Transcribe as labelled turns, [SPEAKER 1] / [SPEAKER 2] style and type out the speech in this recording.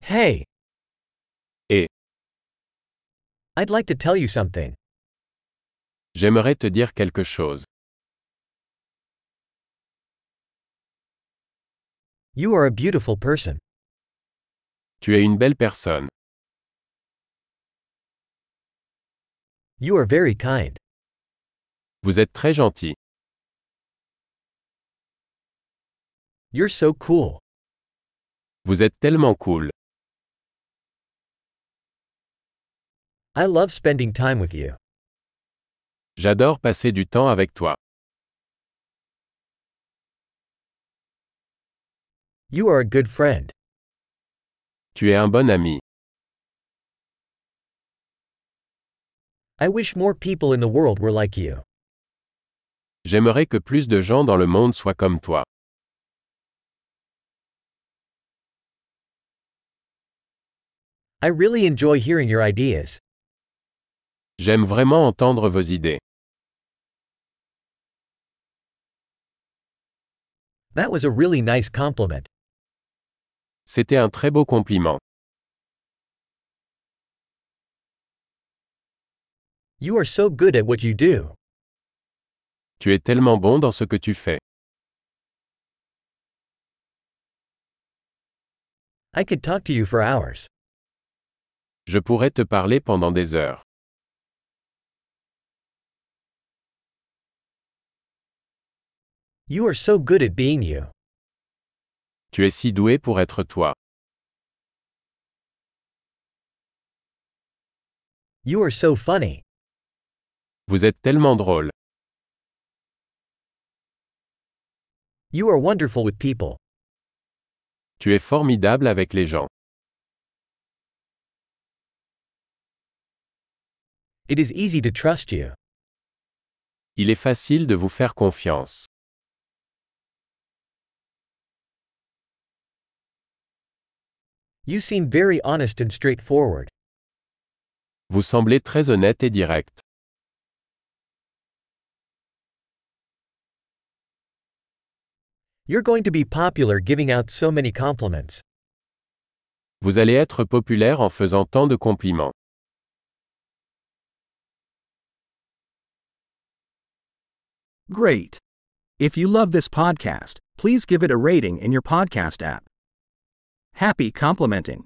[SPEAKER 1] Hey,
[SPEAKER 2] Et
[SPEAKER 1] I'd like to tell you something.
[SPEAKER 2] j'aimerais te dire quelque chose.
[SPEAKER 1] You are a beautiful person.
[SPEAKER 2] Tu es une belle personne.
[SPEAKER 1] You are very kind.
[SPEAKER 2] Vous êtes très gentil.
[SPEAKER 1] You're so cool.
[SPEAKER 2] Vous êtes tellement cool.
[SPEAKER 1] I love spending time with you.
[SPEAKER 2] J'adore passer du temps avec toi.
[SPEAKER 1] You are a good friend.
[SPEAKER 2] Tu es un bon ami.
[SPEAKER 1] I wish more people in the world were like you.
[SPEAKER 2] J'aimerais que plus de gens dans le monde soient comme toi.
[SPEAKER 1] I really enjoy hearing your ideas.
[SPEAKER 2] J'aime vraiment entendre vos idées.
[SPEAKER 1] That was a really nice compliment.
[SPEAKER 2] C'était un très beau compliment.
[SPEAKER 1] You are so good at what you do.
[SPEAKER 2] Tu es tellement bon dans ce que tu fais.
[SPEAKER 1] I could talk to you for hours.
[SPEAKER 2] Je pourrais te parler pendant des heures.
[SPEAKER 1] You are so good at being you.
[SPEAKER 2] Tu es si doué pour être toi.
[SPEAKER 1] You are so funny.
[SPEAKER 2] Vous êtes tellement drôle.
[SPEAKER 1] You are wonderful with people.
[SPEAKER 2] Tu es formidable avec les gens.
[SPEAKER 1] It is easy to trust you.
[SPEAKER 2] Il est facile de vous faire confiance.
[SPEAKER 1] You seem very honest and straightforward.
[SPEAKER 2] Vous semblez très honnête et direct.
[SPEAKER 1] You're going to be popular giving out so many compliments.
[SPEAKER 2] Vous allez être populaire en faisant tant de compliments.
[SPEAKER 3] Great. If you love this podcast, please give it a rating in your podcast app. Happy complimenting.